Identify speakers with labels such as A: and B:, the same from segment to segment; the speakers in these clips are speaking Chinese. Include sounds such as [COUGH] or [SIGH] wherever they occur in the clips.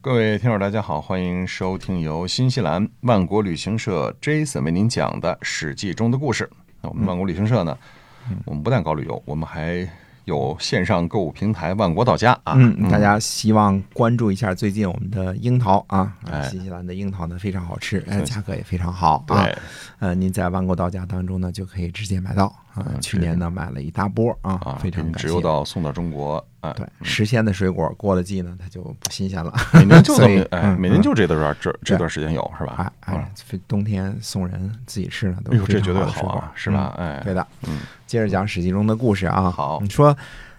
A: 各位听友，大家好，欢迎收听由新西兰万国旅行社 Jason 为您讲的《史记》中的故事。那我们万国旅行社呢，
B: 嗯
A: 我们不但搞旅游，我们还有线上购物平台万国到家啊。
B: 嗯，大家希望关注一下最近我们的樱桃啊，啊
A: 哎
B: 新西兰的樱桃呢非常好吃，
A: 是
B: 呃，价格也非常好啊。
A: 嗯对，
B: 呃，您在万国到家当中呢就可以直接买到啊。去年呢买了一大波啊
A: 嗯啊，，
B: 非
A: 给
B: 常
A: 您
B: 感
A: 直
B: 谢。
A: 邮到送到中国，哎，
B: 对，时鲜的水果过了季呢，它就不新鲜了。
A: 每年就这
B: 所以
A: 么，哎，
B: 嗯
A: 每年就这段这这段时间有是吧
B: 哎？哎，非冬天送人自己吃呢，都
A: 嗯哎呦，
B: 是
A: 这
B: 非
A: 绝
B: 常
A: 对
B: 的水
A: 好
B: 果
A: 啊，是吧？？哎
B: 嗯，对的，
A: 嗯，
B: 接着讲《史记》中的故事啊。
A: 好嗯
B: 你说，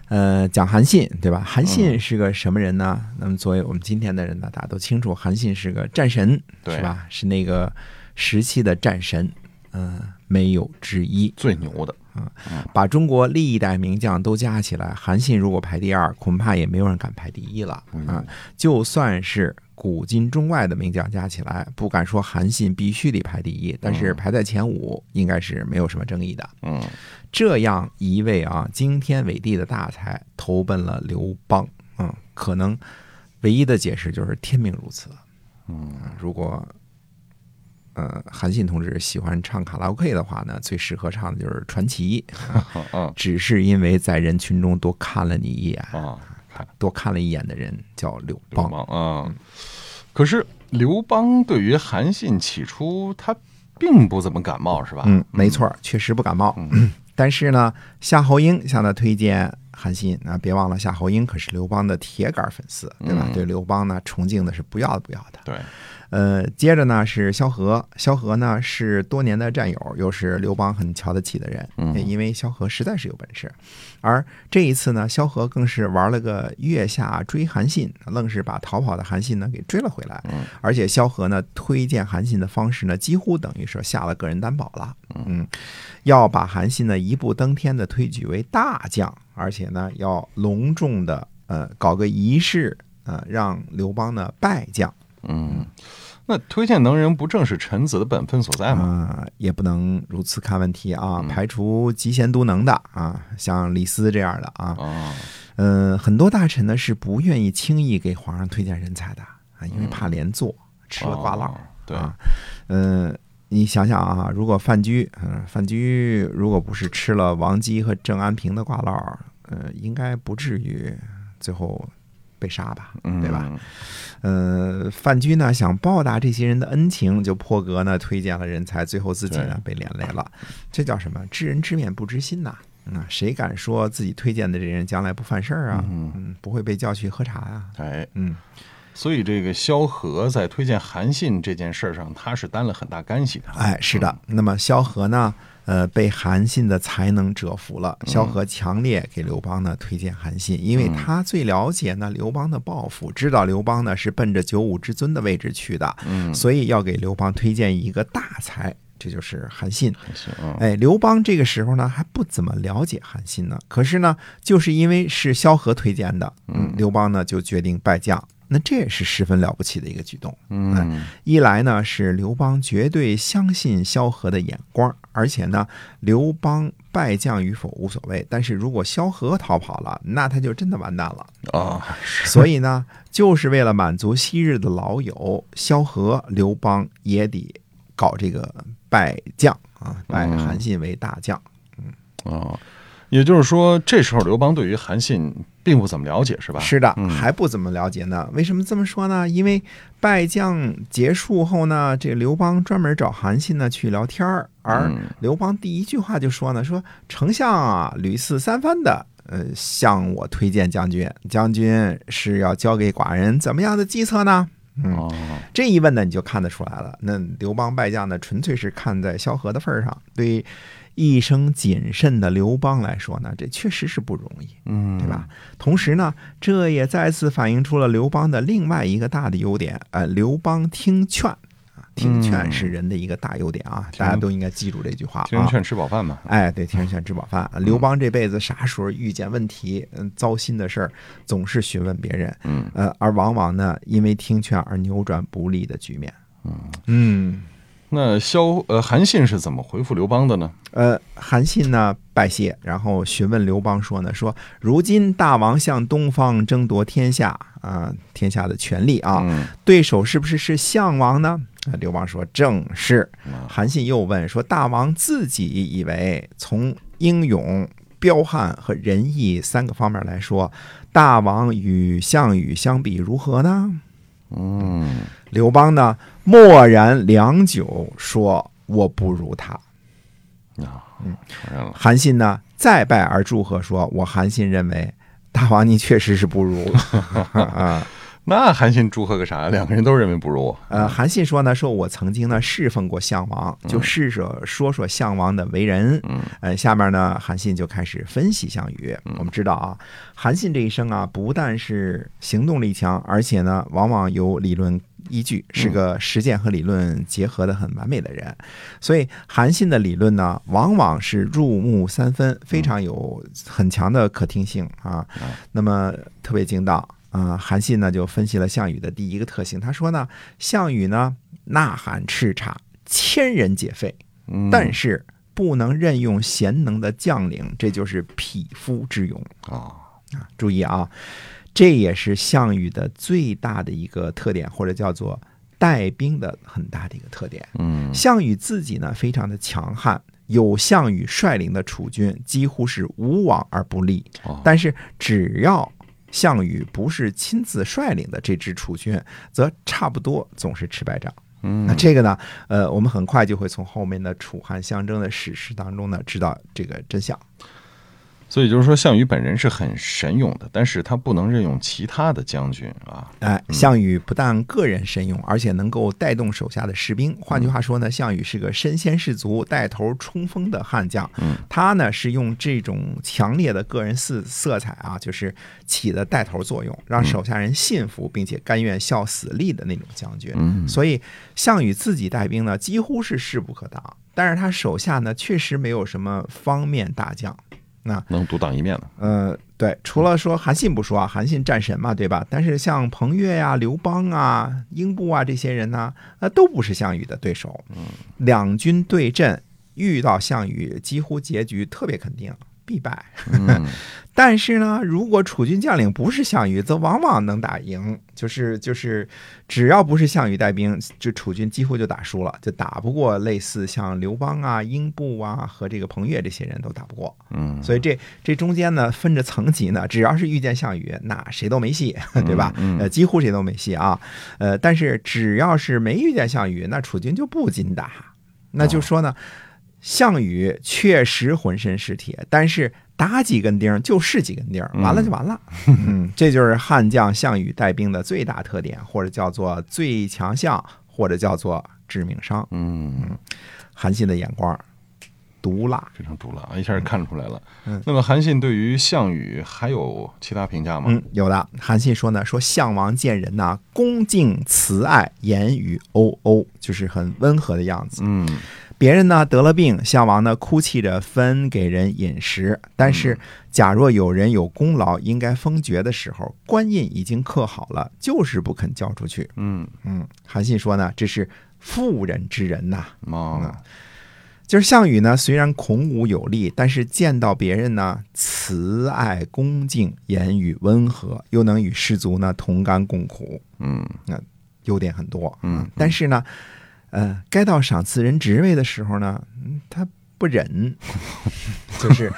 B: 呃，讲韩信对吧？韩信是个什么人呢？那么作为我们今天的人呢，大家都清楚，韩信是个战神，
A: 对
B: 是吧？是那个时期的战神，嗯、没有之一。
A: 最牛的，
B: 把中国历代名将都加起来，韩信如果排第二，恐怕也没有人敢排第一了
A: 嗯
B: 啊！就算是古今中外的名将加起来，不敢说韩信必须得排第一，但是排在前五应该是没有什么争议的。
A: 嗯，
B: 这样一位啊惊天伟地的大才，投奔了刘邦，嗯，可能唯一的解释就是天命如此。啊
A: 嗯，
B: 如果呃韩信同志喜欢唱卡拉 OK 的话呢，最适合唱的就是《传奇》。
A: 嗯嗯
B: 只是因为在人群中多看了你一眼， [LAUGHS]
A: 啊，看
B: 多看了一眼的人叫刘
A: 刘
B: 邦。
A: 邦啊。可是刘邦对于韩信起初他并不怎么感冒，是吧？
B: 嗯，没错儿，确实不感冒。 [CLEARS THROAT] 但是呢，夏侯婴向他推荐韩信啊，别忘了夏侯婴可是刘邦的铁杆粉丝，对吧？对刘邦呢崇敬的是不要不要的。
A: 对，
B: 呃，接着呢是萧何，萧何呢是多年的战友，又是刘邦很瞧得起的人，
A: 嗯
B: 因为萧何实在是有本事。而这一次呢，萧何更是玩了个月下追韩信，愣是把逃跑的韩信呢给追了回来。
A: 嗯
B: 而且萧何呢推荐韩信的方式呢，几乎等于说下了个人担保了。嗯，要把韩信呢一步登天的推举为大将，而且呢要隆重的呃搞个仪式，呃让刘邦呢拜将。
A: 嗯。那推荐能人不正是臣子的本分所在吗？
B: 啊、也不能如此看问题啊，
A: 嗯
B: 排除嫉贤独能的啊，像李斯这样的啊，
A: 啊，
B: 嗯、很多大臣呢是不愿意轻易给皇上推荐人才的啊，因为怕连坐，吃了挂
A: 嗯哦
B: 烙。。
A: 对，
B: 啊嗯、你想想啊，如果范雎，嗯、范雎如果不是吃了王姬和郑安平的挂烙，呃，应该不至于最后被杀吧，
A: 嗯
B: 对吧？？呃，范雎呢想报答这些人的恩情，就破格呢推荐了人才，最后自己呢被连累了。这叫什么？知人知面不知心呐、那、谁敢说自己推荐的这人将来不犯事儿啊？
A: 嗯
B: 嗯，不会被叫去喝茶呀、
A: 哎，
B: 嗯，
A: 所以这个萧何在推荐韩信这件事上，他是担了很大干系的。
B: 哎，是的。
A: 嗯
B: 那么萧何呢，呃，被韩信的才能折服了。
A: 嗯
B: 萧何强烈给刘邦呢推荐韩信，因为他最了解呢刘邦的抱负，知道刘邦呢是奔着九五之尊的位置去的，
A: 嗯，
B: 所以要给刘邦推荐一个大才，这就是韩信。
A: 行，嗯
B: 哎，刘邦这个时候呢还不怎么了解韩信呢，可是呢，就是因为是萧何推荐的，嗯，刘邦呢就决定拜将，那这也是十分了不起的一个举动。
A: 嗯
B: 一来呢是刘邦绝对相信萧何的眼光，而且呢，刘邦败将与否无所谓，但是如果萧何逃跑了，那他就真的完蛋了。
A: 啊，是
B: 所以呢，就是为了满足昔日的老友萧何，刘邦也得搞这个拜将啊，拜
A: 嗯
B: 韩信为大将。
A: 啊，也就是说，这时候刘邦对于韩信并不怎么了解，是吧？嗯
B: 是的，还不怎么了解呢。为什么这么说呢？因为拜将结束后呢，这刘邦专门找韩信呢去聊天儿，而
A: 嗯
B: 刘邦第一句话就说呢，说丞相啊，屡次三番的。呃，向我推荐将军，将军是要交给寡人怎么样的计策呢？
A: 哦，
B: 这一问呢，你就看得出来了。那刘邦败将呢，纯粹是看在萧何的份儿上。对一生谨慎的刘邦来说呢，这确实是不容易，
A: 嗯，
B: 对吧？同时呢，这也再次反映出了刘邦的另外一个大的优点，呃，刘邦听劝啊，听劝是人的一个大优点啊，大家都应该记住这句话
A: 嗯听人
B: 啊。
A: 劝吃饱饭嘛。
B: 哎，对，听人劝吃饱饭。刘邦这辈子啥时候遇见问题、嗯，糟心的事儿，总是询问别人，
A: 嗯
B: 呃，而往往呢，因为听劝而扭转不利的局面。嗯嗯，
A: 那萧呃韩信是怎么回复刘邦的呢？
B: 呃，韩信呢拜谢，然后询问刘邦说呢，说如今大王向东方争夺天下啊、天下的权力啊，
A: 嗯
B: 对手是不是是项王呢？啊刘邦说正是。
A: 啊
B: 韩信又问说，大王自己以为从英勇、彪悍和仁义三个方面来说，大王与项羽相比如何呢？
A: 嗯，
B: 刘邦呢，默然良久，说：“我不如他。嗯
A: 承认”啊了。
B: 韩信呢，再拜而祝贺，说：“我韩信认为，大王你确实是不如 [LAUGHS] 啊。
A: 那韩信祝贺个啥？两个人都认为不如我”
B: 呃，韩信说呢，说我曾经呢侍奉过项王，就试着说说项王的为人。
A: 嗯，
B: 呃，下面呢，韩信就开始分析项羽。我们知道啊，韩信这一生啊，不但是行动力强，而且呢，往往有理论依据，是个实践和理论结合的很完美的人。所以，韩信的理论呢，往往是入木三分，非常有很强的可听性啊。那么，特别精到。啊、韩信呢就分析了项羽的第一个特性，他说呢，项羽呢呐喊叱咤，千人解肺，
A: 嗯
B: 但是不能任用贤能的将领，这就是匹夫之勇
A: 啊，
B: 啊！注意啊，这也是项羽的最大的一个特点，或者叫做带兵的很大的一个特点。
A: 嗯
B: 项羽自己呢，非常的强悍。有项羽率领的楚军几乎是无往而不利
A: 哦，
B: 但是只要项羽不是亲自率领的这支楚军，则差不多总是吃败仗。那
A: 嗯，
B: 这个呢，呃，我们很快就会从后面的楚汉相争的史实当中呢，知道这个真相。
A: 所以就是说，项羽本人是很神勇的，但是他不能任用其他的将军啊。
B: 哎，项羽不但个人神勇，而且能够带动手下的士
A: 嗯
B: 兵。换句话说呢，项羽是个身先士卒、带头冲锋的悍将。
A: 嗯，
B: 他呢是用这种强烈的个人色色彩啊，就是起的带头作用，
A: 嗯
B: 让手下人信服，并且甘愿效死力的那种将军。
A: 嗯
B: 所以项羽自己带兵呢，几乎是势不可挡。但是他手下呢，确实没有什么方面大将。
A: 能独当一面的。
B: 呃，对，除了说韩信不说啊，韩信战神嘛，对吧？但是像彭越呀、刘邦啊、英布啊这些人呢、那都不是项羽的对手。嗯，两军对阵，遇到项羽，几乎结局特别肯定，必败。
A: 嗯
B: 但是呢，如果楚军将领不是项羽，则往往能打赢。就是就是，只要不是项羽带兵，这楚军几乎就打输了，就打不过类似像刘邦啊、英布啊和这个彭越这些人都打不过。
A: 嗯，
B: 所以这这中间呢，分着层级呢，只要是遇见项羽，那谁都没戏， [LAUGHS] 对吧？
A: 嗯
B: 呃，几乎谁都没戏啊。呃，但是只要是没遇见项羽，那楚军就不禁打。那就说呢，项羽确实浑身是铁，但是打几根钉儿就是几根钉儿，完了就完了。嗯，这就是悍将项羽带兵的最大特点，或者叫做最强项，或者叫做致命伤。
A: 嗯，
B: 韩信的眼光毒辣。
A: 非常毒辣，啊，一下就看出来了。
B: 嗯
A: 那么韩信对于项羽还有其他评价吗？
B: 嗯，有的。韩信说呢，说项王见人呐、恭敬慈爱，言语欧欧，就是很温和的样子。
A: 嗯
B: 别人呢得了病，项王呢哭泣着分给人饮食。但是，假若有人有功劳应该封爵的时候，官印已经刻好了，就是不肯交出去。
A: 嗯，
B: 嗯，韩信说呢，这是妇人之仁呐、
A: 妈，
B: 就是项羽呢，虽然孔武有力，但是见到别人呢，慈爱恭敬，言语温和，又能与士卒呢同甘共苦，
A: 嗯
B: 优点很多。
A: 嗯，
B: 但是呢，呃，该到赏赐人职位的时候呢，嗯他
A: [LAUGHS]
B: 不忍，就是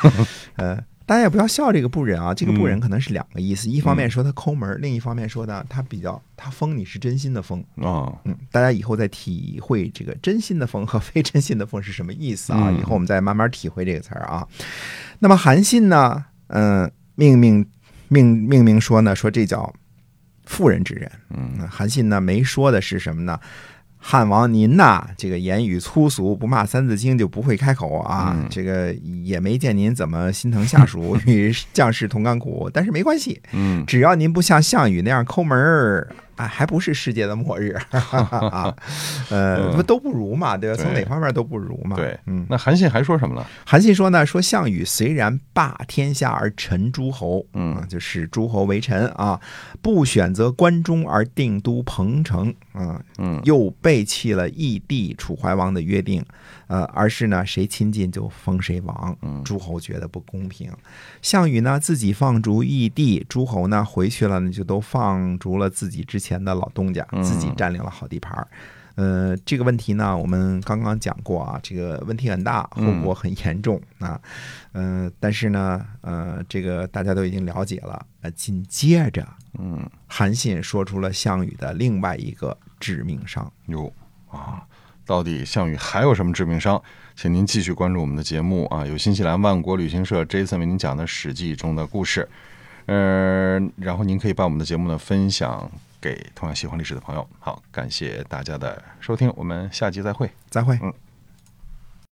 B: 呃，大家也不要笑这个不
A: [LAUGHS]
B: 忍啊，这个不忍
A: 嗯
B: 可能是两个意思，一方面说他抠门儿，另一方面说呢，他比较他疯你是真心的疯。
A: 啊，
B: 嗯，大家以后再体会这个真心的风和非真心的风是什么意思啊？
A: 嗯
B: 以后我们再慢慢体会这个词儿啊。那么韩信呢，嗯、命名命命名说呢，说这叫妇人之仁。
A: 嗯
B: 嗯韩信呢没说的是什么呢？汉王您呐，这个言语粗俗，不骂《三字经》就不会开口啊。
A: 嗯
B: 这个也没见您怎么心疼下
A: [LAUGHS]
B: 属，与将士同甘苦。但是没关系，
A: 嗯
B: 只要您不像项羽那样抠门儿、哎，还不是世界的末日 [LAUGHS] 啊，呃，不都不如嘛，对吧？从哪
A: 嗯对
B: 方面都不如嘛。
A: 对，
B: 嗯。
A: 那韩信还说什么呢？
B: 韩信说呢，说项羽虽然霸天下而臣诸侯，
A: 嗯
B: 啊，就使诸侯为臣啊，不选择关中而定都彭城，啊，
A: 嗯，
B: 又背弃了义帝楚怀王的约定，呃，而是呢，谁亲近就封谁王，
A: 嗯
B: 诸侯觉得不公平。项羽呢自己放逐义帝，诸侯呢回去了呢就都放逐了自己之前的老东家，
A: 嗯
B: 自己占领了好地盘儿。呃，这个问题呢，我们刚刚讲过啊，这个问题很大，后果很严重啊。呃，但是呢，呃，这个大家都已经了解了。呃，紧接着，
A: 嗯，
B: 韩信说出了项羽的另外一个致命伤。
A: 哟啊，到底项羽还有什么致命伤？请您继续关注我们的节目啊，有新西兰万国旅行社 Jason 为您讲的《史记》中的故事。呃，然后您可以把我们的节目呢分享给同样喜欢历史的朋友。好，感谢大家的收听，我们下期再会。
B: 再会。
A: 嗯，拜拜。